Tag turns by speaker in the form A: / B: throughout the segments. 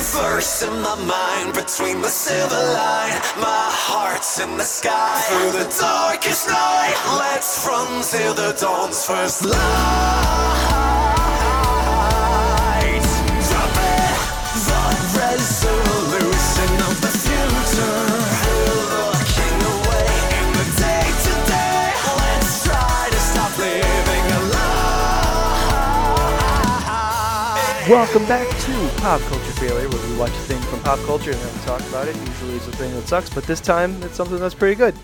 A: verse in my mind between the silver line. My heart's in the sky through the darkest night. Let's run till the dawn's first light. Drop it, the resolution of the future. Looking away in the day to day. Let's try to stop living a lie.
B: Welcome back to Pop Culture Failure, where we watch a thing from pop culture and then we talk about it. Usually it's a thing that sucks, but this time it's something that's pretty good.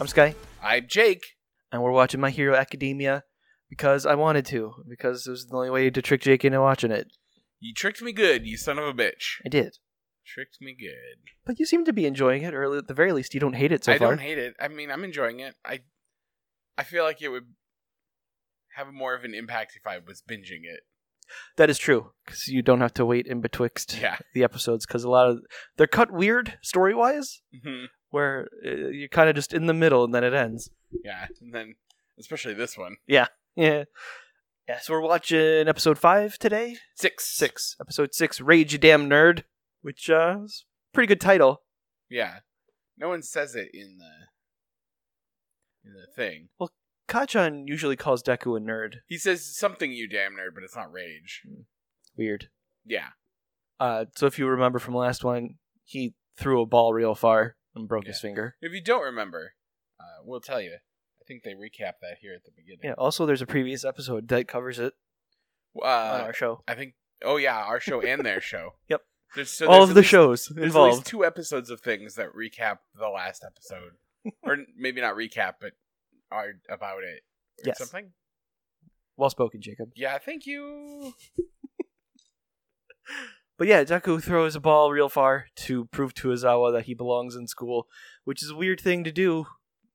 B: I'm Sky,
C: I'm Jake.
B: and we're watching My Hero Academia because I wanted to, because it was the only way to trick Jake into watching it.
C: You tricked me good, you son of a bitch.
B: I did.
C: Tricked me good.
B: But you seem to be enjoying it, or at the very least, you don't hate it so
C: I
B: far.
C: don't hate it. I mean, I'm enjoying it. I I feel like it would have more of an impact if I was binging it.
B: that is true, because you don't have to wait in betwixt
C: Yeah.
B: the episodes, because a lot of. They're cut weird story wise,
C: Mhm.
B: where uh, you're kind of just in the middle and then it ends.
C: yeah. And then especially this one.
B: Yeah. Yeah, so we're watching episode five today.
C: 6
B: six, episode six, "Rage You Damn Nerd," which uh, is a pretty good title.
C: Yeah. No one says it in the in the thing.
B: Kachan usually calls Deku a nerd.
C: He says something you damn nerd, but it's not rage.
B: Weird.
C: Yeah.
B: Uh, so if you remember from last one, he threw a ball real far and broke his
C: Yeah.
B: finger.
C: If you don't remember, uh, we'll tell you. I think they recap that here at the beginning.
B: Yeah. Also, there's a previous episode that covers it on
C: Uh,
B: our show.
C: I think. Oh yeah, our show and their show.
B: Yep.
C: There's so
B: All
C: there's
B: of
C: at
B: the
C: least-
B: shows
C: There's at least
B: involved.
C: two episodes of things that recap the last episode, or maybe not recap, but are about it. Or
B: Yes.
C: Something.
B: Well spoken, Jacob.
C: Yeah. Thank you.
B: But yeah, Deku throws a ball real far to prove to Izawa that he belongs in school, which is a weird thing to do,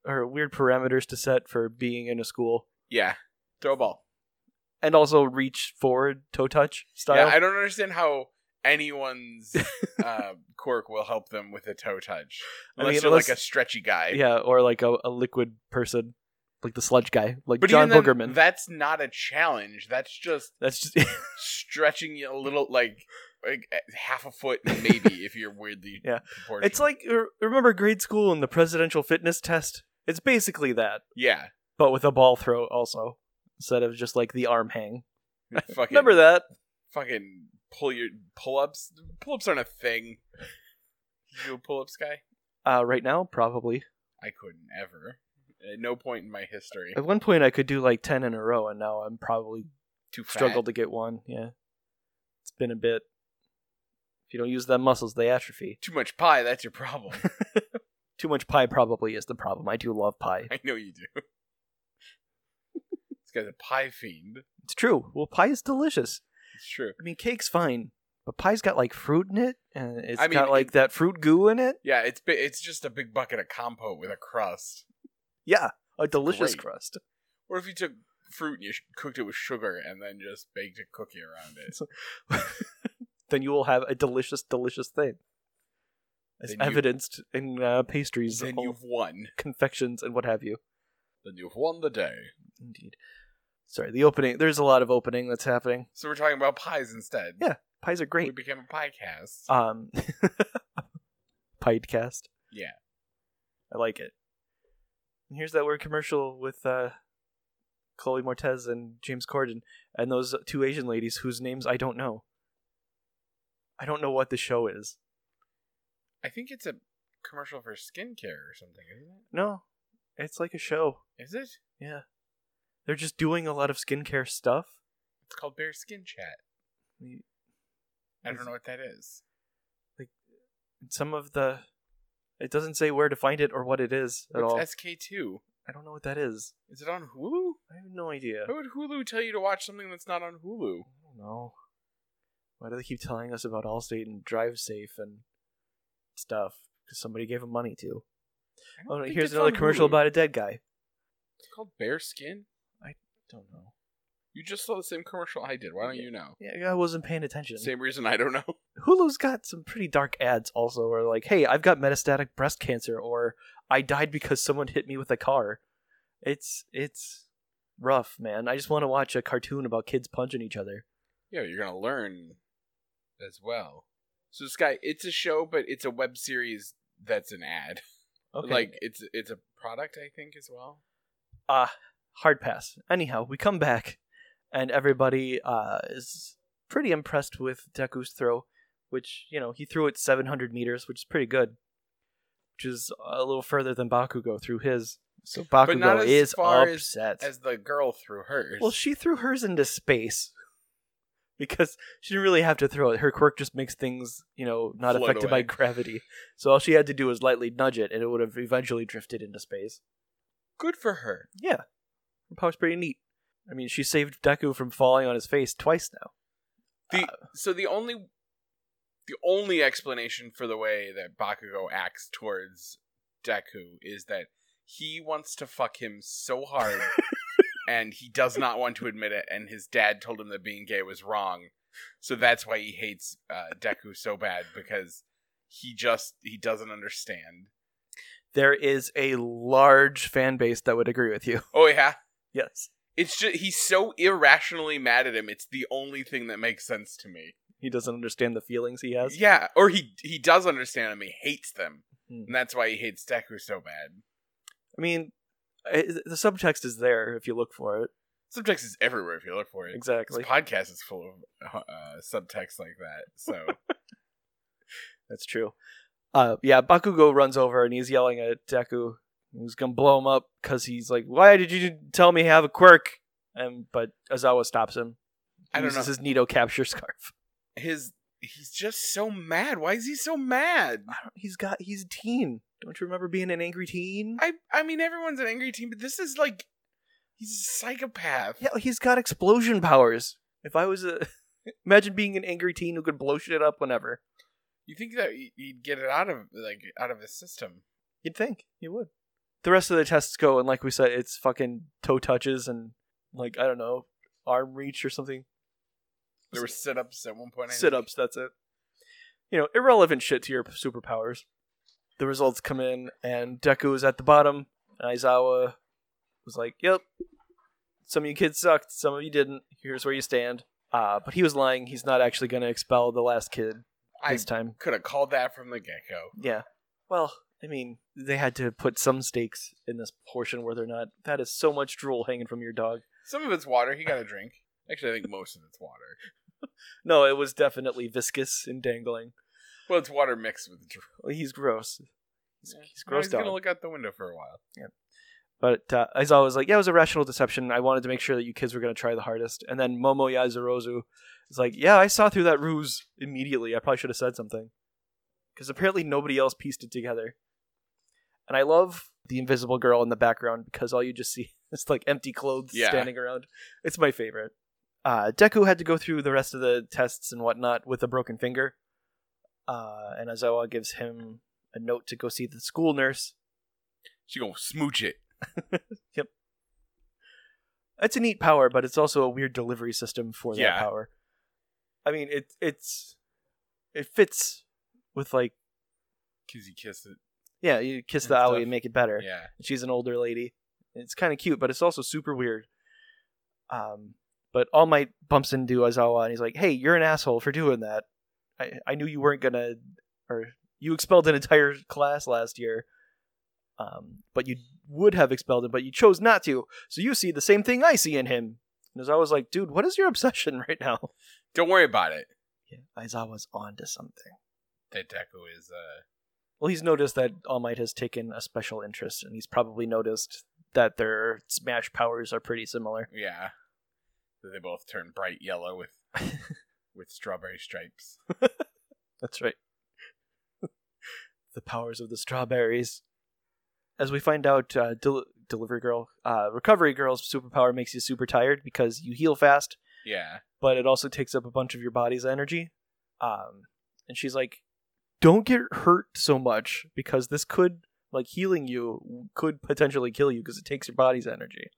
B: or weird parameters to set for being in a school.
C: Yeah. Throw a ball.
B: And also reach forward, toe touch style.
C: Yeah. I don't understand how anyone's uh, quirk will help them with a toe touch,
B: I
C: unless
B: mean,
C: you're
B: unless-
C: like a stretchy guy.
B: Yeah, or like a, a liquid person, like the sludge guy, like
C: But
B: John
C: even then,
B: Boogerman.
C: that's not a challenge. That's just
B: That's just
C: stretching a little, like like eh, half a foot, maybe if you're weirdly
B: Yeah.
C: proportioned.
B: it's like er, remember grade school and the presidential fitness test. It's basically that,
C: yeah.
B: but with a ball throw also instead of just like the arm hang.
C: fucking
B: Remember that?
C: fucking pull your pull ups. Pull ups aren't a thing. You a pull ups guy?
B: Uh, right now, probably.
C: I couldn't ever. At no point in my history.
B: At one point, I could do like ten in a row, and now I'm probably
C: Too fat.
B: struggled to get one. Yeah, it's been a bit. If you don't use them muscles, they atrophy.
C: Too much pie. That's your problem.
B: Too much pie probably is the problem. I do love pie.
C: I know you do. this guy's a pie fiend.
B: It's true. Well, pie is delicious.
C: It's true.
B: I mean, cake's fine, but pie's got like fruit in it, and it's
C: I mean,
B: got like
C: it-
B: that fruit goo in it.
C: Yeah, it's bi- it's just a big bucket of compote with a crust.
B: Yeah, a delicious
C: Great.
B: crust.
C: What if you took fruit and you sh- cooked it with sugar and then just baked a cookie around it?
B: Then you will have a delicious, delicious thing, as
C: Then you-
B: evidenced in uh, pastries,
C: then
B: all
C: you've won.
B: confections, and what have you.
C: Then you've won the day.
B: Indeed. Sorry, the opening. There's a lot of opening that's happening.
C: So we're talking about pies instead.
B: Yeah, Pies are
C: We
B: great.
C: became a pie cast.
B: Um, Piedcast.
C: Yeah.
B: I like it. And here's that word commercial with uh, Chloe Mortez and James Corden and those two Asian ladies whose names I don't know. I don't know what the show is.
C: I think it's a commercial for skincare or something, isn't it?
B: No, it's like a show.
C: Is it?
B: Yeah. They're just doing a lot of skincare stuff.
C: It's called Bear Skin Chat. I
B: Is-
C: don't know what that is.
B: Some of the. It doesn't say where to find it or what it is at all.
C: What's SK2?
B: I don't know what that is.
C: Is it on Hulu?
B: I have no idea.
C: Why would Hulu tell you to watch something that's not on Hulu?
B: I don't know. Why do they keep telling us about Allstate and Drive Safe and stuff? Because somebody gave them money to.
C: I don't
B: Oh,
C: think
B: here's
C: it's
B: another
C: on
B: commercial
C: Hulu.
B: about a dead guy.
C: It's called Bear Skin?
B: Don't know.
C: You just saw the same commercial I did. Why don't you know?
B: Yeah, I wasn't paying attention.
C: Same reason I don't know.
B: Hulu's got some pretty dark ads also, where like, "Hey, I've got metastatic breast cancer," or "I died because someone hit me with a car." It's it's rough, man. I just want to watch a cartoon about kids punching each other.
C: Yeah, you're gonna learn as well. So this guy, it's a show, but it's a web series that's an ad.
B: Okay.
C: Like it's it's a product, I think, as well.
B: uh hard pass anyhow we come back and everybody uh is pretty impressed with deku's throw which you know he threw it 700 meters which is pretty good which is a little further than bakugo threw his so
C: not
B: bakugo
C: as
B: is
C: far as-
B: upset
C: As the girl threw hers.
B: well she threw hers into space because she didn't really have to throw it her quirk just makes things you know not
C: Float
B: affected by
C: away.
B: gravity so all she had to do was lightly nudge it and it would have eventually drifted into space
C: good for her.
B: yeah, her power's pretty neat. I mean, she saved Deku from falling on his face twice now.
C: The so the only the only explanation for the way that Bakugo acts towards Deku is that he wants to fuck him so hard and he does not want to admit it and his dad told him that being gay was wrong. So that's why he hates uh, Deku so bad because he just he doesn't understand.
B: There is a large fan base that would agree with you.
C: Oh yeah.
B: Yes,
C: It's just he's so irrationally mad at him. It's the only thing that makes sense to me.
B: he doesn't understand the feelings he has.
C: Yeah, or he he does understand them. He hates them,
B: Hmm.
C: and that's why he hates Deku so bad.
B: I mean, i the subtext is there if you look for it.
C: Subtext is everywhere if you look for it. This
B: Exactly,
C: podcast is full of uh, subtext like that. So
B: that's true. Uh, yeah, Bakugo runs over and he's yelling at Deku. He's gonna blow him up because he's like, "Why did you tell me I have a quirk?" And but Azawa stops him. He
C: I don't know
B: uses his Nido capture scarf.
C: his he's just so mad. Why is he so mad?
B: I don't, he's got he's a teen. Don't you remember being an angry teen?
C: I I mean everyone's an angry teen, but this is like he's a psychopath.
B: Yeah, he's got explosion powers. If I was a imagine being an angry teen who could blow shit up whenever.
C: You think that he- he'd get it out of like out of his system?
B: You'd think you would. The rest of the tests go, and like we said, it's fucking toe touches and like I don't know, arm reach or something.
C: There were sit ups at one point. I
B: Sit
C: think.
B: ups. That's it. You know, irrelevant shit to your superpowers. The results come in, and Deku is at the bottom. And Aizawa was like, "Yep, some of you kids sucked. Some of you didn't. Here's where you stand." Uh, but he was lying. He's not actually going to expel the last kid
C: I
B: this time.
C: could have called that from the get go.
B: Yeah. Well, I mean, they had to put some stakes in this portion where they're not. That is so much drool hanging from your dog.
C: Some of it's water. He got a drink. Actually, I think most of it's water.
B: No, it was definitely viscous and dangling.
C: Well, it's water mixed with drool.
B: Well, He's gross. He's,
C: Yeah.
B: he's
C: No,
B: gross
C: He's gonna
B: dog.
C: look out the window for a while.
B: But uh, I was always like, yeah, it was a rational deception. I wanted to make sure that you kids were going to try the hardest. And then Momo Yazurozu is like, yeah, I saw through that ruse immediately. I probably should have said something. Because apparently nobody else pieced it together. And I love the invisible girl in the background because all you just see is like empty clothes
C: Yeah.
B: standing around. It's my favorite. Uh, Deku had to go through the rest of the tests and whatnot with a broken finger. Uh, and Azawa gives him a note to go see the school nurse.
C: She gonna smooch it.
B: it's a neat power, but it's also a weird delivery system for that
C: Yeah.
B: power. I mean, it it's it fits with like
C: Cause he kissed it.
B: yeah, you kiss
C: And
B: the
C: stuff.
B: owie and make it better.
C: Yeah.
B: She's an older lady. It's kind of cute, but it's also super weird. Um, but All Might bumps into Azawa and he's like, "Hey, you're an asshole for doing that. I I knew you weren't gonna, or you expelled an entire class last year. Um, but you would have expelled him, but you chose not to. So you see the same thing I see in him." And Aizawa's like, "Dude, what is your obsession right now?"
C: Don't worry about it.
B: Yeah, Aizawa's onto something.
C: That Deku is. uh
B: Well, he's noticed that All Might has taken a special interest, and he's probably noticed that their smash powers are pretty similar.
C: Yeah. So They both turn bright yellow with with strawberry stripes.
B: That's right. the powers of the strawberries. As we find out, uh, del- Delivery Girl, uh, Recovery Girl's superpower makes you super tired because you heal fast,
C: Yeah.
B: but it also takes up a bunch of your body's energy. Um, and she's like, don't get hurt so much because this could, like, healing you could potentially kill you because it takes your body's energy.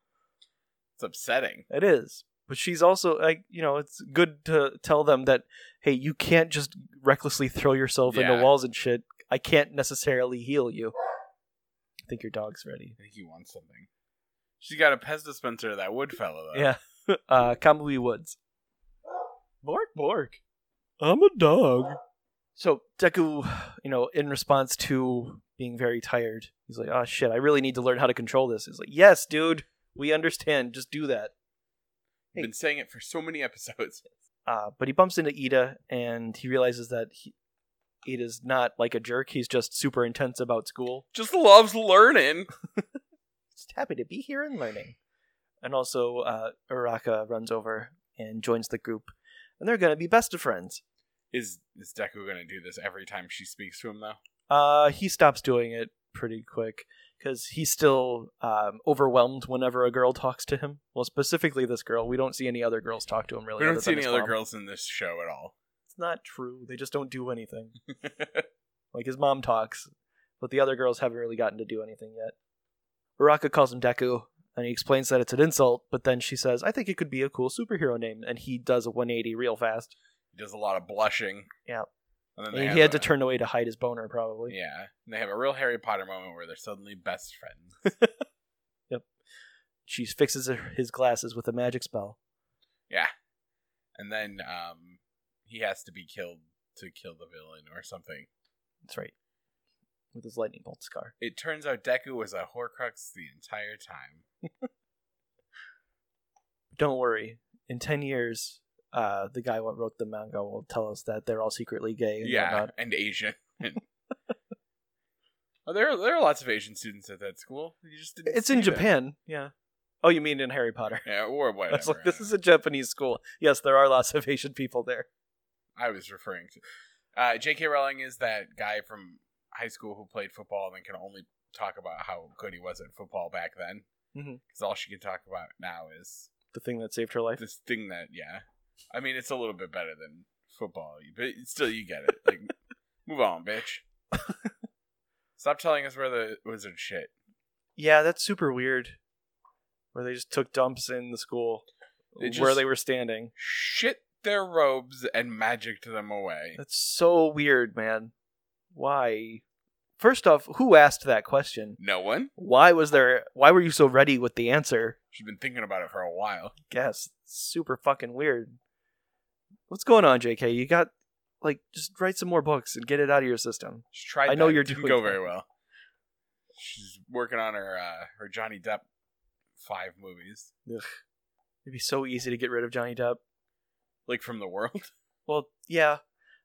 C: It's upsetting.
B: It is. But she's also like, you know, it's good to tell them that hey, you can't just recklessly throw yourself
C: Yeah.
B: into walls and shit. I can't necessarily heal you. I think your dog's ready.
C: I think he wants something. She's got a Pez dispenser of that wood fellow though.
B: Yeah. uh Kamui Woods. Bork bork. I'm a dog. So Deku, you know, in response to being very tired, he's like, "Oh shit, I really need to learn how to control this." He's like, "Yes, dude, we understand. Just do that." Hey.
C: Been saying it for so many episodes.
B: Uh, but he bumps into Ida, and he realizes that he, Ida's not like a jerk. He's just super intense about school.
C: Just loves learning.
B: Just happy to be here and learning. And also, uh, Uraka runs over and joins the group, and they're gonna be best of friends.
C: Is is Deku gonna do this every time she speaks to him though?
B: Uh, he stops doing it pretty quick because he's still um, overwhelmed whenever a girl talks to him. Well, specifically this girl. We don't see any other girls talk to him really.
C: We
B: other
C: don't see
B: than
C: any
B: his
C: other
B: mom.
C: girls in this show at all.
B: It's not true. They just don't do anything. Like his mom talks, but the other girls haven't really gotten to do anything yet. Uraka calls him Deku, and he explains that it's an insult, but then she says, I think it could be a cool superhero name, and he does a 180 real fast.
C: he does a lot of blushing.
B: Yeah.
C: And then
B: And
C: they
B: he had
C: have
B: to
C: a-
B: turn away to hide his boner, probably.
C: uh, Yeah, and they have a real Harry Potter moment where they're suddenly best friends.
B: She fixes her- his glasses with a magic spell.
C: Yeah. And then um he has to be killed to kill the villain or something.
B: That's right. With his lightning bolt scar.
C: It turns out Deku was a Horcrux the entire time.
B: Don't worry. In 10 years, uh, the guy what wrote the manga will tell us that they're all secretly gay. And
C: yeah,
B: whatnot.
C: and Asian. oh, there there are lots of Asian students at that school. You just didn't
B: It's
C: see
B: in
C: them.
B: Japan. Yeah. Oh, you mean in Harry Potter?
C: Yeah, or whatever.
B: I was like, this is a Japanese school. Yes, there are lots of Asian people there.
C: I was referring to. Uh, J.K. Rowling is that guy from high school who played football and then can only talk about how good he was at football back then.
B: Mhm.
C: Because all she can talk about now is
B: The thing that saved her life.
C: this thing that, yeah. I mean, it's a little bit better than football, but still, you get it. Like, move on, bitch. Stop telling us where the wizard shit.
B: Yeah, that's super weird. Where they just took dumps in the school
C: They
B: where
C: just-
B: they were standing.
C: Shit their robes and magic them away.
B: That's so weird, man. Why? First off, who asked that question?
C: No one.
B: Why was there why were you so ready with the answer?
C: She's been thinking about it for a while.
B: Guess. Super fucking weird. What's going on, JK? You got like just write some more books and get it out of your system.
C: She tried.
B: I know
C: that.
B: you're
C: didn't
B: doing
C: go
B: that.
C: very well. She's working on her uh, her Johnny Depp five movies,
B: It'd be so easy to get rid of Johnny Depp.
C: like from the world.
B: Well, yeah,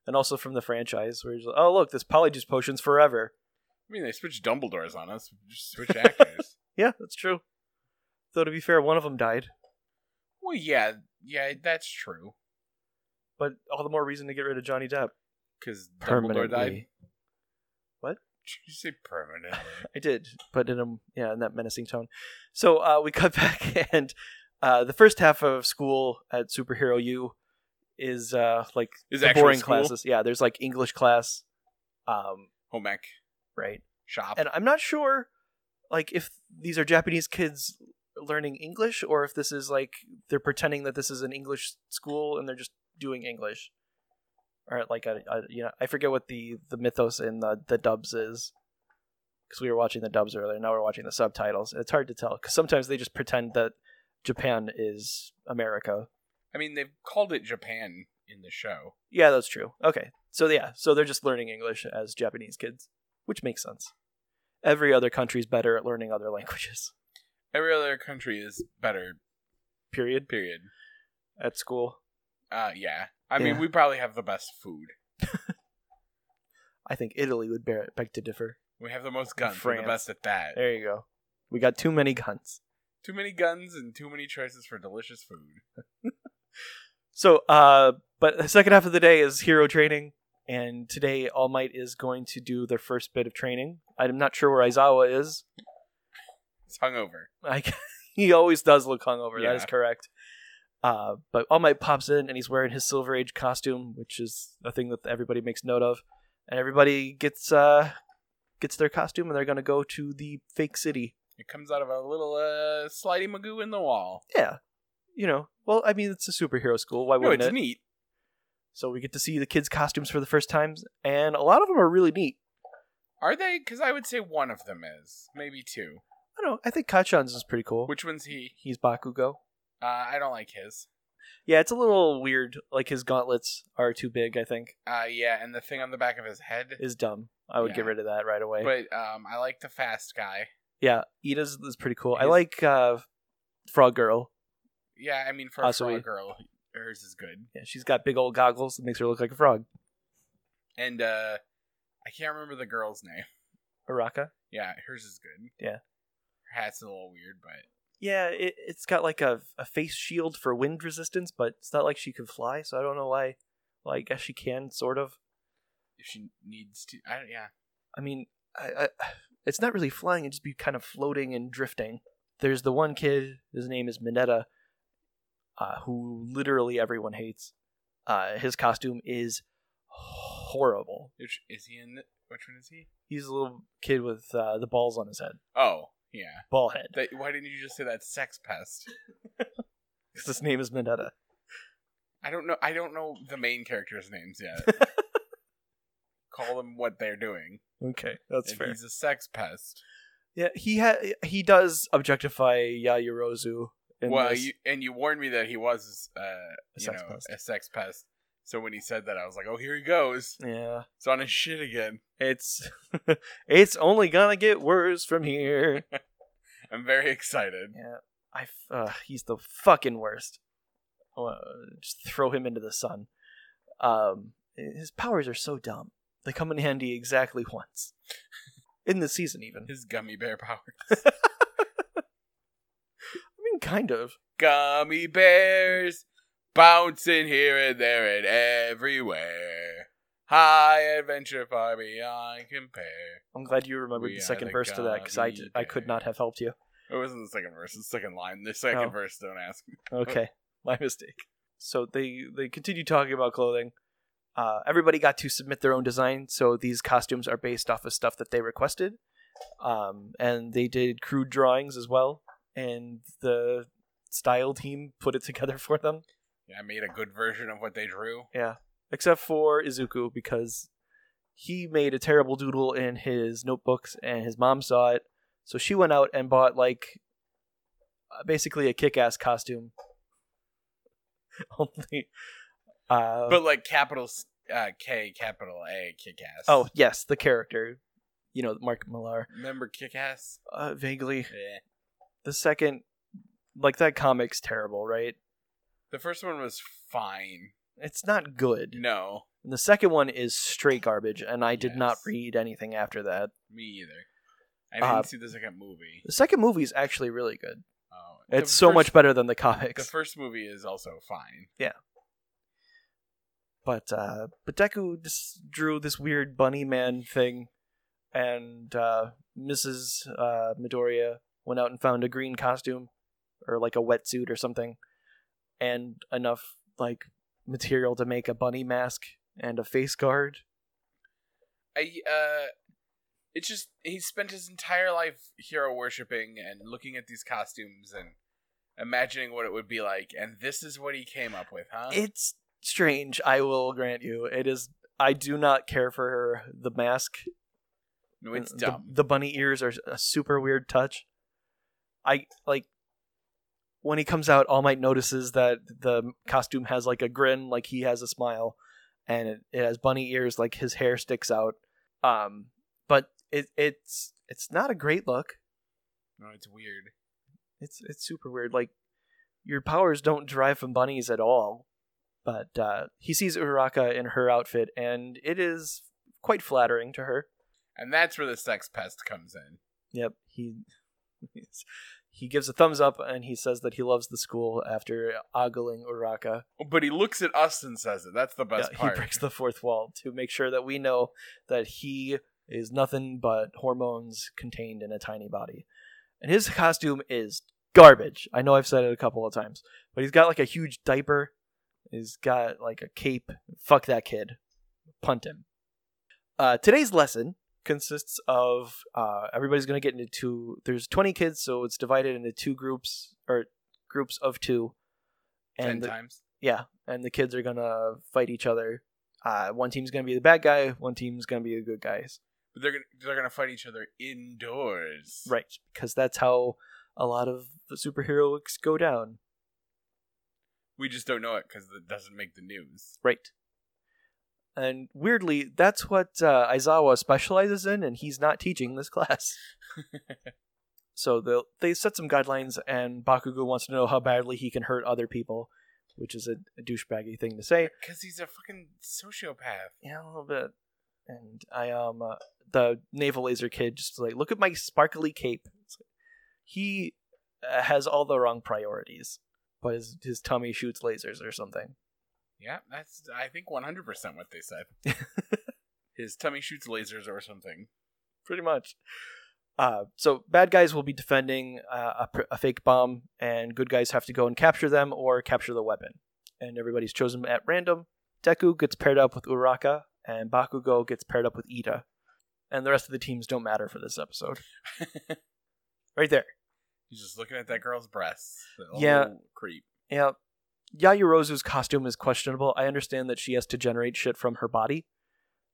B: and also from the franchise where he's like, oh look, this polyjuice potion's forever.
C: I mean, they switched Dumbledores on us. Just switch actors.
B: Yeah, that's true. Though to be fair, one of them died,
C: well, yeah, yeah, that's true.
B: but all the more reason to get rid of Johnny Depp.
C: Because Dumbledore died.
B: Permanently. What?
C: Did you say permanently?
B: I did, but in a yeah, in that menacing tone. So uh, we cut back, and uh, the first half of school at Superhero U is uh, like
C: Is
B: the
C: actual
B: boring
C: school?
B: classes. Yeah, there's like English class, um,
C: home ec
B: right?
C: shop?
B: And I'm not sure, like, if these are Japanese kids learning English or if this is like they're pretending that this is an English school and they're just doing English. Or like a, a you know, I forget what the the mythos in the the dubs is. Because we were watching the dubs earlier, now we're watching the subtitles. It's hard to tell because sometimes they just pretend that Japan is America.
C: I mean, they've called it Japan in the show.
B: Yeah, that's true. Okay, so yeah, so they're just learning English as Japanese kids, which makes sense. Every other country's better at learning other languages.
C: Every other country is better.
B: period
C: Period.
B: at school.
C: Uh, yeah. I
B: Yeah.
C: mean, we probably have the best food.
B: I think Italy would bear, beg to differ.
C: We have the most guns. We're
B: France.
C: the best at that.
B: There you go. We got too many guns.
C: Too many guns and too many choices for delicious food.
B: So, uh, but the second half of the day is hero training, and today All Might is going to do their first bit of training. I'm not sure where Aizawa is.
C: It's hungover.
B: I, he always does look hungover. That is
C: Yeah.
B: correct. Uh, but All Might pops in, and he's wearing his Silver Age costume, which is a thing that everybody makes note of, and everybody gets uh, gets their costume, and they're going to go to the fake city
C: It comes out of a little uh, slidey magoo in the wall.
B: yeah you know well i mean it's a superhero school why
C: No,
B: wouldn't
C: it's
B: it
C: neat.
B: so we get to see the kids costumes for the first times and a lot of them are really neat
C: Are they? Because I would say one of them is. Maybe two.
B: i don't know i think kachan's is pretty cool
C: Which one's he?
B: he's bakugo
C: Uh, I don't like his.
B: Yeah, it's a little weird. Like his gauntlets are too big. I think
C: Uh, yeah, and the thing on the back of his head.
B: is dumb. I would
C: Yeah.
B: get rid of that right away.
C: But um, I like the fast guy.
B: yeah, Ida's is pretty cool. I
C: His-
B: like uh, Frog Girl.
C: Yeah, I mean for a
B: Also, we-
C: frog girl, hers is good.
B: Yeah, she's got big old goggles that makes her look like a frog.
C: And uh, I can't remember the girl's name.
B: Araka.
C: Yeah, hers is good.
B: Yeah.
C: her hat's a little weird, but
B: Yeah, it, it's got like a, a face shield for wind resistance, but it's not like she can fly, so I don't know why. Well, I guess she can, sort of.
C: if she needs to, I don't, yeah,
B: I mean, I, I, it's not really flying; it'd just be kind of floating and drifting. There's the one kid. His name is Mineta, uh, who literally everyone hates. Uh, his costume is horrible.
C: which is he in? The, which one is he?
B: He's a little kid with uh, the balls on his head,
C: Oh, yeah.
B: ball head.
C: That, why didn't you just say that sex pest?
B: 'cause his name is Mineta.
C: I don't know. I don't know the main characters' names yet. Call them what they're doing.
B: Okay, that's
C: And He's a sex pest.
B: Yeah, he ha- he does objectify Yayorozu. In
C: well,
B: this.
C: you, and you warned me that he was, uh, you
B: sex
C: know,
B: pest.
C: a sex pest. So when he said that, I was like, "Oh, here he goes.
B: yeah,
C: It's on his shit again."
B: it's it's only gonna get worse from here.
C: I'm very excited.
B: Yeah, I. f- Uh, he's the fucking worst. Uh, just throw him into the sun. Um, his powers are so dumb. They come in handy exactly once in the season, even.
C: His gummy bear power.
B: I mean, kind of.
C: Gummy bears bouncing here and there and everywhere. High adventure far beyond compare.
B: I'm glad you remembered
C: We
B: the
C: are
B: second
C: the
B: verse to that because I,
C: gummy
B: d- I could not have helped you.
C: It wasn't the second verse. It's the second line. The second
B: Oh.
C: verse. Don't ask. me.
B: Okay, my mistake. So they they continue talking about clothing. Uh, everybody got to submit their own design, so these costumes are based off of stuff that they requested, um, and they did crude drawings as well. And the style team put it together for them,
C: Yeah, I made a good version of what they drew.
B: except for Izuku because he made a terrible doodle in his notebooks, and his mom saw it, so she went out and bought like uh, basically a kick-ass costume. Only, uh,
C: But like capital S- uh, K, capital A, kick ass.
B: Oh yes, the character, you know Mark Millar.
C: remember kick ass?
B: Uh, vaguely,
C: Yeah.
B: the second, like that comic's terrible, right?
C: The first one was fine.
B: It's not good.
C: No,
B: And the second one is straight garbage, and I did not
C: Yes.
B: read anything after that.
C: me either. I didn't
B: Uh,
C: see the second movie.
B: The second movie is actually really good.
C: Oh, the
B: It's so much
C: first-
B: better than the
C: The
B: comics.
C: first movie is also fine.
B: but uh, but Deku dis- drew this weird bunny man thing, and uh, Mrs. Uh, Midoriya went out and found a green costume, or like a wetsuit or something, and enough like material to make a bunny mask and a face guard.
C: I uh it's just he spent his entire life hero worshipping and looking at these costumes and imagining what it would be like and this is what he came up with, huh?
B: It's strange, I will grant you. It is. I do not care for the mask
C: no, it's
B: Uh, The-
C: dumb.
B: The, bunny ears are a super weird touch. I like when he comes out. All Might notices that the costume has like a grin, like he has a smile, and it, it has bunny ears, like his hair sticks out. Um, but it it's it's not a great look.
C: no, it's weird.
B: It's it's super weird. Like your powers don't derive from bunnies at all. But uh, he sees Uraka in her outfit, and it is quite flattering to her.
C: And that's where the sex pest comes in.
B: Yep. He he gives a thumbs up and he says that he loves the school after ogling Uraka.
C: But he looks at us and says it. That's the best
B: Yeah, he
C: part.
B: breaks the fourth wall to make sure that we know that he is nothing but hormones contained in a tiny body. And his costume is garbage. I know I've said it a couple of times, but he's got like a huge diaper. He's got like a cape. Fuck that kid. Punt him. Uh, today's lesson consists of uh, everybody's going to get into two. There's 20 kids, so it's divided into two groups or groups of two.
C: Ten
B: And the-
C: times.
B: yeah, and the kids are gonna fight each other. Uh, one team's gonna be the bad guy, one team's gonna be the good guys.
C: But they're gonna they're gonna fight each other indoors.
B: Right, because that's how a lot of the superheroics go down.
C: We just don't know it because it doesn't make the news.
B: Right. And weirdly, that's what uh, Aizawa specializes in, and he's not teaching this class. so they they set some guidelines, and Bakugo wants to know how badly he can hurt other people, which is a, a douchebaggy thing to say.
C: Because he's a fucking sociopath.
B: Yeah, a little bit. And I um uh, the naval laser kid just like look at my sparkly cape. It's like, he uh, has all the wrong priorities, but his his tummy shoots lasers or something.
C: Yeah, that's I think 100% what they said. His tummy shoots lasers or something.
B: pretty much. Uh, so bad guys will be defending uh, a, pr- a fake bomb, and good guys have to go and capture them or capture the weapon. And everybody's chosen at random. Deku gets paired up with Uraka, and Bakugo gets paired up with Ida. And the rest of the teams don't matter for this episode. right there.
C: He's just looking at that girl's breasts. The whole
B: Yeah.
C: creep.
B: Yeah. Yayorozu's costume is questionable. I understand that she has to generate shit from her body.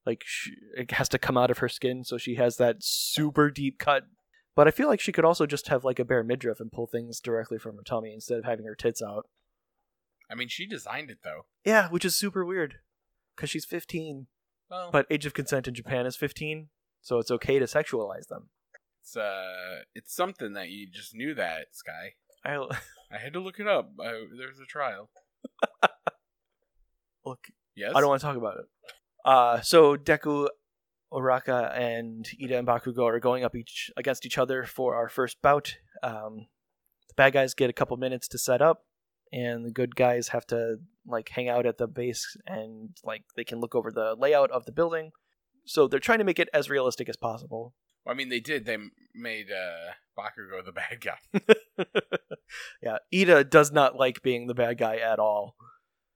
B: Like, she, it has to come out of her skin, so she has that super deep cut. But I feel like she could also just have, like, a bare midriff and pull things directly from her tummy instead of having her tits out.
C: I mean, she designed it though.
B: Yeah, which is super weird. Because she's 15.
C: Well,
B: But age of consent in Japan is 15, so it's okay to sexualize them.
C: it's uh, it's something that you just knew that Sky.
B: I
C: I had to look it up. I, there was a trial.
B: Look,
C: Yes.
B: I don't want to talk about it. Uh, so Deku, Uraka, and Ida and Bakugo are going up each against each other for our first bout. Um, the bad guys get a couple minutes to set up, and the good guys have to like hang out at the base and like they can look over the layout of the building. So they're trying to make it as realistic as possible.
C: I mean, they did. They m- made uh, Bakugo the bad guy.
B: yeah, Ida does not like being the bad guy at all.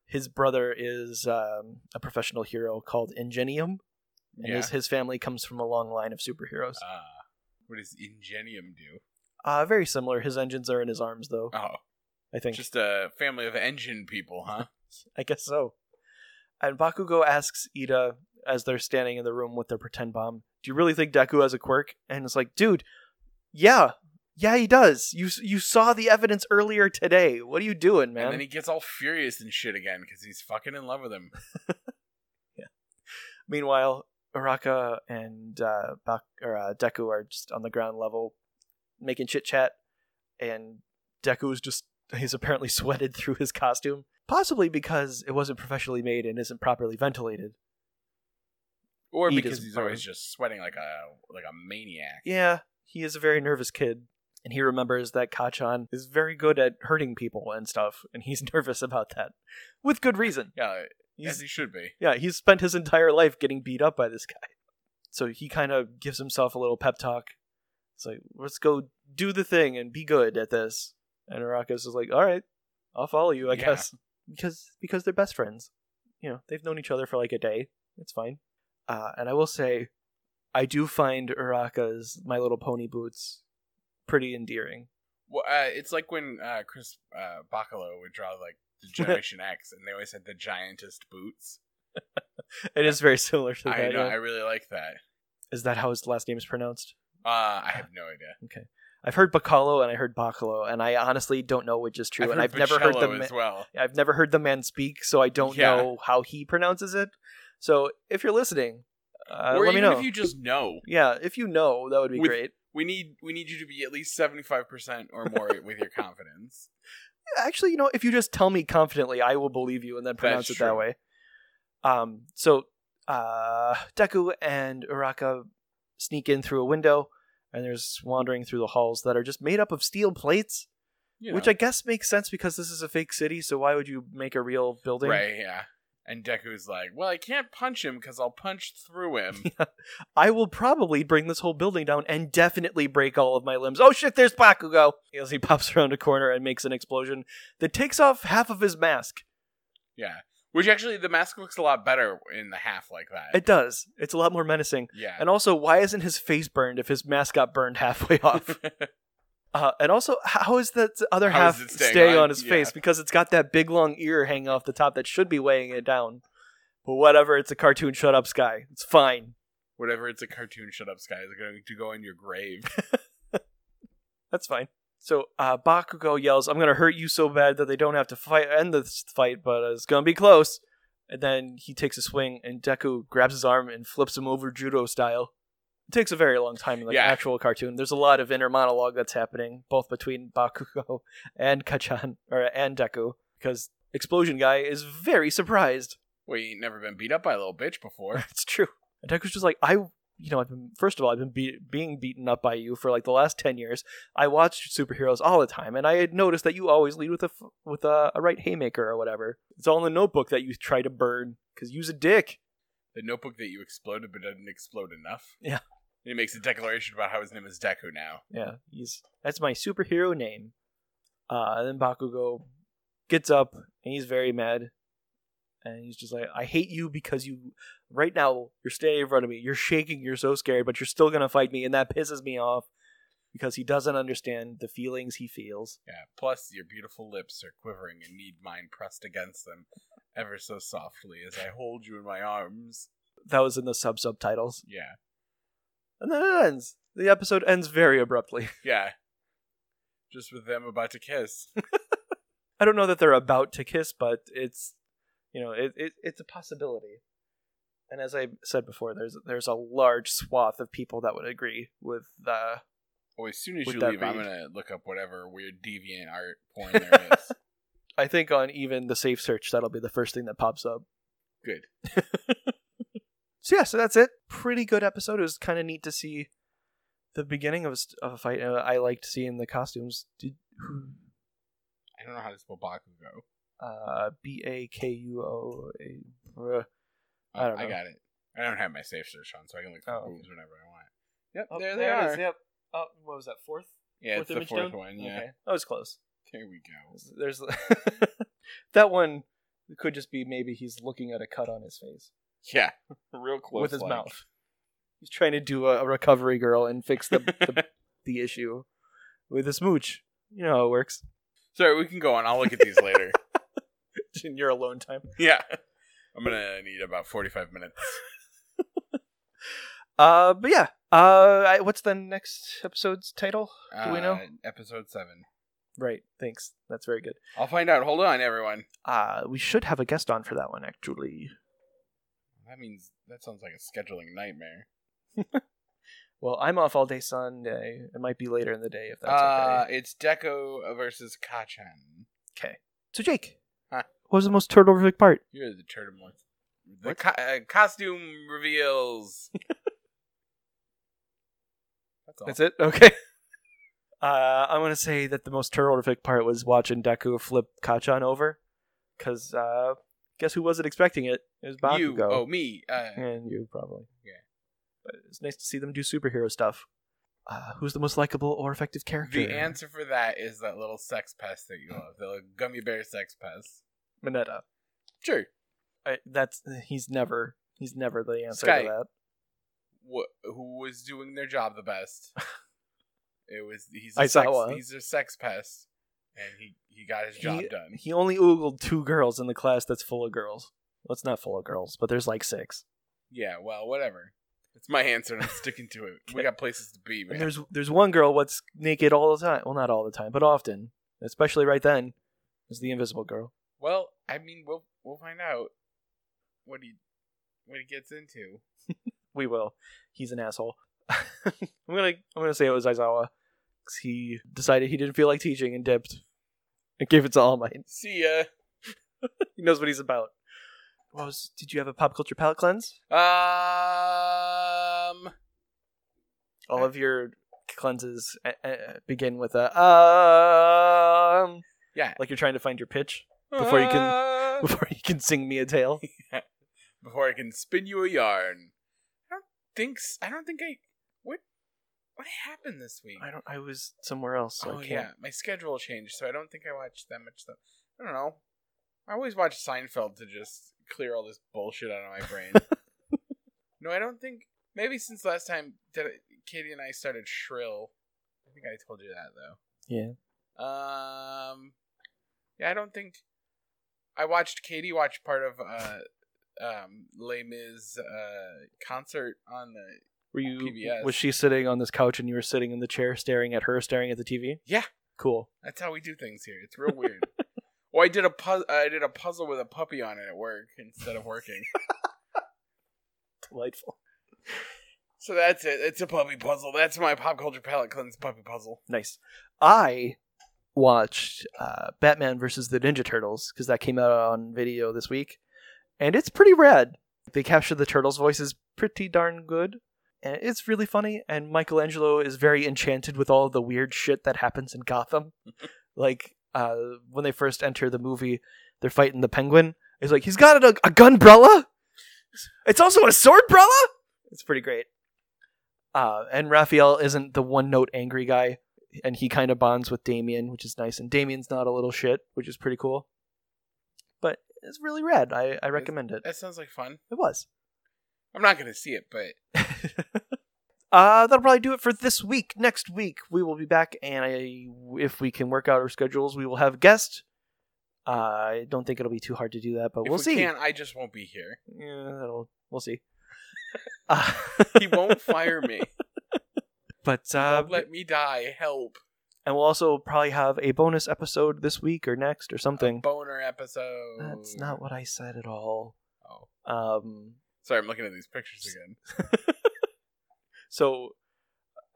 B: His brother is um, a professional hero called Ingenium. and
C: yeah.
B: his, his family comes from a long line of superheroes.
C: Uh, what does Ingenium do?
B: Uh, very similar. His engines are in his arms, though.
C: Oh,
B: I think.
C: just a family of engine people, huh?
B: I guess so. And Bakugo asks Ida as they're standing in the room with their pretend bomb, "Do you really think Deku has a quirk?" And it's like, "Dude, yeah, yeah, he does. You s- you saw the evidence earlier today. What are you doing, man?"
C: And then he gets all furious and shit again because he's fucking in love with him.
B: Meanwhile, Uraka and uh, Bak- or, uh, Deku are just on the ground level making chit chat, and Deku is just he's apparently sweated through his costume, possibly because it wasn't professionally made and isn't properly ventilated.
C: Or
B: Eat
C: because
B: his
C: he's
B: brain.
C: always just sweating like a like a maniac.
B: Yeah, he is a very nervous kid, and he remembers that Kachan is very good at hurting people and stuff, and he's nervous about that, with good reason.
C: Yeah, as
B: He's
C: he should be.
B: Yeah, he's spent his entire life getting beat up by this guy. So he kind of gives himself a little pep talk. It's like, let's go do the thing and be good at this. And Araka's is like, all right, I'll follow you, I
C: Yeah.
B: guess. Because because they're best friends. You know, they've known each other for like a day. It's fine. Uh, and I will say, I do find Uraka's My Little Pony boots pretty endearing.
C: Well, uh, it's like when uh, Chris uh, Bacalo would draw like the Generation X, and they always had the giantest boots.
B: It is very similar to that.
C: I know,
B: yeah.
C: I really like that.
B: Is that how his last name is pronounced?
C: Uh, I have no idea.
B: I've heard Bacalo and I heard Bacalo, and I honestly don't know which is true. and I've never heard the
C: Bocello
B: ma-
C: as well.
B: I've never heard the man speak, so I don't
C: Yeah.
B: know how he pronounces it. So if you're listening, uh,
C: or
B: let me
C: even
B: know.
C: if you just know,
B: yeah, if you know, that would be
C: With-
B: great.
C: we need we need you to be at least seventy five percent or more with your confidence.
B: Actually, you know, if you just tell me confidently, I will believe you and then pronounce it that
C: true.
B: way. Um, so uh, Deku and Uraka sneak in through a window, and they're just wandering through the halls that are just made up of steel plates,
C: You
B: which
C: know.
B: I guess makes sense because this is a fake city. So why would you make a real building?
C: right? Yeah. And Deku's like, well, I can't punch him because I'll punch through him.
B: I will probably bring this whole building down and definitely break all of my limbs. Oh shit, there's Bakugo! As he pops around a corner and makes an explosion that takes off half of his mask.
C: yeah. Which actually, the mask looks a lot better in the half like that.
B: It does. It's a lot more menacing.
C: yeah.
B: And also, why isn't his face burned if his mask got burned halfway off? uh, and also, how is that other
C: How is
B: half
C: it
B: staying,
C: staying
B: on,
C: on?
B: his
C: Yeah.
B: face? Because it's got that big long ear hanging off the top that should be weighing it down. But whatever, it's a cartoon shut up sky. It's fine.
C: Whatever, it's a cartoon. Shut up, Sky. It's going to go in your grave.
B: That's fine. So uh, Bakugo yells, "I'm gonna hurt you so bad that they don't have to fight end this fight, but uh, it's gonna be close." And then he takes a swing, and Deku grabs his arm and flips him over judo style. It takes a very long time in the
C: Yeah.
B: actual cartoon. There's a lot of inner monologue that's happening both between Bakugo and Kachan or and Deku because Explosion Guy is very surprised.
C: Well, you ain't never been beat up by a little bitch before.
B: it's true. And Deku's just like I, you know, I've been first of all I've been be- being beaten up by you for like the last ten years. I watched superheroes all the time, and I had noticed that you always lead with a f- with a, a right haymaker or whatever. It's all in the notebook that you try to burn because you's a dick.
C: The notebook that you exploded but didn't explode enough.
B: Yeah.
C: And he makes a declaration about how his name is Deku now.
B: Yeah, he's that's my superhero name. Uh, and then Bakugo gets up and he's very mad, and he's just like, "I hate you because you right now you're standing in front of me, you're shaking, you're so scared, but you're still gonna fight me, and that pisses me off." Because he doesn't understand the feelings he feels.
C: Yeah. Plus, your beautiful lips are quivering and need mine pressed against them ever so softly as I hold you in my arms.
B: That was in the sub subtitles,
C: Yeah.
B: and then it ends. The episode ends very abruptly.
C: Yeah. Just with them about to kiss.
B: I don't know that they're about to kiss, but it's you know it, it it's a possibility. And as I said before, there's there's a large swath of people that would agree with uh,
C: Oh, as soon as
B: With
C: you
B: that
C: leave, I'm
B: read.
C: gonna look up whatever weird deviant art porn there is.
B: I think on even the safe search that'll be the first thing that pops up.
C: Good.
B: So yeah, so that's it. Pretty good episode. It was kind of neat to see the beginning of a, st- of a fight. Uh, I liked seeing the costumes. Did
C: I don't know how to spell Bakugo.
B: uh, B A K U O A. bruh.
C: Uh,
B: I don't know.
C: got it. I don't have my safe search on, so I can look for
B: Oh,
C: boobs whenever I want. Yep,
B: Oh,
C: there they
B: it
C: are.
B: is, Yep. Oh, what was that? Fourth.
C: Yeah, it's the
B: image
C: fourth
B: down?
C: one. Yeah,
B: Okay. That was close.
C: there we go.
B: There's that one could just be maybe he's looking at a cut on his face
C: Yeah, real close
B: with his
C: like.
B: mouth. He's trying to do a, a recovery girl and fix the, the the issue with a smooch. You know how it works
C: Sorry, we can go on. I'll look at these later.
B: in your alone time.
C: yeah, I'm gonna need about 45 minutes.
B: Uh, but yeah. Uh, I, what's the next episode's title? Do we know?
C: Uh, episode seven?
B: Right. Thanks. That's very good.
C: I'll find out. Hold on, everyone.
B: Uh, we should have a guest on for that one actually.
C: That means that sounds like a scheduling nightmare.
B: Well, I'm off all day Sunday. It might be later in the day if that's okay.
C: uh, it's Deco versus Kachan.
B: So Jake,
C: Huh.
B: what was the most turtle-rific part?
C: You're the turtle one. The
B: What?
C: co- uh, costume reveals. That's all.
B: That's it. Okay. Uh, I'm gonna say that the most terrific part was watching Deku flip Kachan over, because uh, guess who wasn't expecting it? It was Bakugo
C: You, oh me, uh,
B: and you probably.
C: Yeah.
B: But it's nice to see them do superhero stuff. Uh, who's the most likable or effective character?
C: The answer for that is that little sex pest that you love, the little gummy bear sex pest.
B: Mineta.
C: Sure.
B: I, that's he's never he's never the answer
C: Sky.
B: to that.
C: What, who was doing their job the best? It was he's a
B: I saw
C: sex,
B: one.
C: he's a sex pest, and he he got his job done.
B: He only oogled two girls in the class that's full of girls. Well, it's not full of girls, but there's like six.
C: Yeah, well, whatever. It's my answer, and I'm sticking to it. We got places to be,
B: And
C: man.
B: there's there's one girl what's naked all the time. Well, not all the time, but often, especially right then, is the invisible girl.
C: Well, I mean, we'll we'll find out what he what he gets into.
B: We will. He's an asshole. I'm gonna I'm gonna say it was Aizawa, 'cause he decided he didn't feel like teaching and dipped, and gave it to All Might.
C: See ya.
B: He knows what he's about. What was? Did you have a pop culture palate cleanse?
C: Um.
B: All of your cleanses uh, uh, begin with a um.
C: Yeah.
B: like you're trying to find your pitch Before you can-
C: Ah.
B: before you can sing me a tale.
C: before I can spin you a yarn. I don't think s- I don't think I what what happened this week.
B: I don't. I was somewhere else. So I
C: oh
B: can't.
C: yeah, my schedule changed, so I don't think I watched that much stuff. I don't know. I always watch Seinfeld to just clear all this bullshit out of my brain. no, I don't think. Maybe since last time that Katie and I started Shrill, I think I told you that though.
B: Yeah.
C: Um. Yeah, I don't think I watched Katie watch part of uh, um, Les Mis uh, concert on the
B: Were you?
C: PBS.
B: Was she sitting on this couch and you were sitting in the chair, staring at her, staring at the TV?
C: Yeah.
B: Cool.
C: That's how we do things here. It's real weird. well, I did a pu- I did a puzzle with a puppy on it at work instead of working.
B: Delightful.
C: so that's it. It's a puppy puzzle. That's my pop culture palette cleanse puppy puzzle.
B: Nice. I watched uh, Batman versus the Ninja Turtles because that came out on video this week, and it's pretty rad. They captured the turtles' voices pretty darn good, and it's really funny. And Michelangelo is very enchanted with all of the weird shit that happens in Gotham. like uh, when they first enter the movie, they're fighting the Penguin. He's like, he's got a, a gunbrella. It's also a swordbrella. It's pretty great. Uh, and Raphael isn't the one note angry guy and he kind of bonds with Damien, which is nice. And Damien's not a little shit, which is pretty cool. But it's really rad. I, I recommend it.
C: That sounds like fun.
B: It was.
C: I'm not gonna see it, but
B: uh, that'll probably do it for this week. Next week we will be back, and I, if we can work out our schedules, we will have guests. Uh, I don't think it'll be too hard to do that, but
C: if
B: we'll
C: we
B: see.
C: can, I just won't be here.
B: Yeah, that'll, we'll see. Uh,
C: He won't fire me.
B: but uh,
C: Don't let me die. Help.
B: and we'll also probably have a bonus episode this week or next or something.
C: Boner episode.
B: That's not what I said at all.
C: Oh.
B: Um,
C: Sorry, I'm looking at these pictures again.
B: so,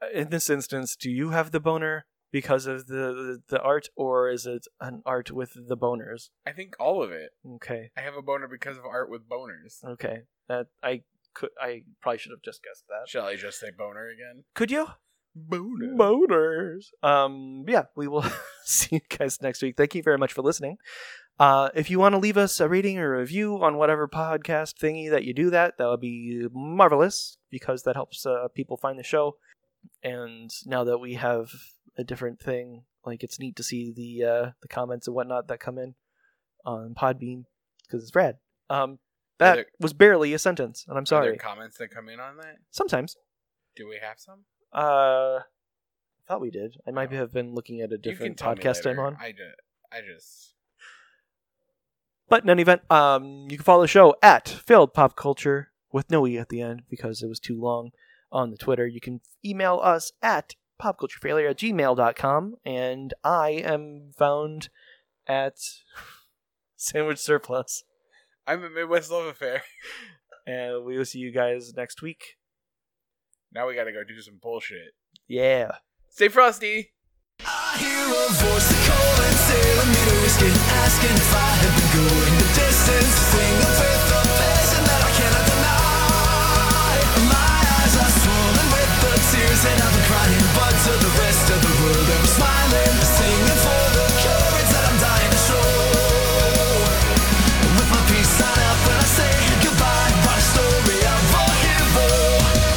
B: uh, in this instance, do you have the boner because of the the art, or is it an art with the boners?
C: I think all of it.
B: Okay,
C: I have a boner because of art with boners.
B: okay. That I could I probably should have just guessed that.
C: Shall I just say boner again?
B: Could you?
C: Boner.
B: Boners. Um. Yeah. We will see you guys next week. Thank you very much for listening. Uh, if you want to leave us a rating or a review on whatever podcast thingy that you do that, that would be marvelous because that helps uh, people find the show. And now that we have a different thing, like it's neat to see the uh, the comments and whatnot that come in on Podbean because it's rad. Um, that
C: there-
B: was barely a sentence, and I'm
C: Are there
B: sorry.
C: comments that come in on that?
B: Sometimes.
C: Do we have some?
B: Uh, I thought we did. I might have been looking at a different
C: tell me
B: podcast I'm
C: later.
B: on.
C: I just, I just.
B: But in any event, um, you can follow the show at Failed Pop Culture with no E at the end because it was too long on the Twitter. You can email us at popculturefailure at gmail.com. And I am found at Sandwich Surplus.
C: I'm a Midwest Love Affair.
B: And we will see you guys next week.
C: Now we gotta go do some bullshit.
B: Yeah.
C: Stay frosty.
A: I hear a voice that calling, telling me to risk it, asking if I had been going the distance. Sing a faithful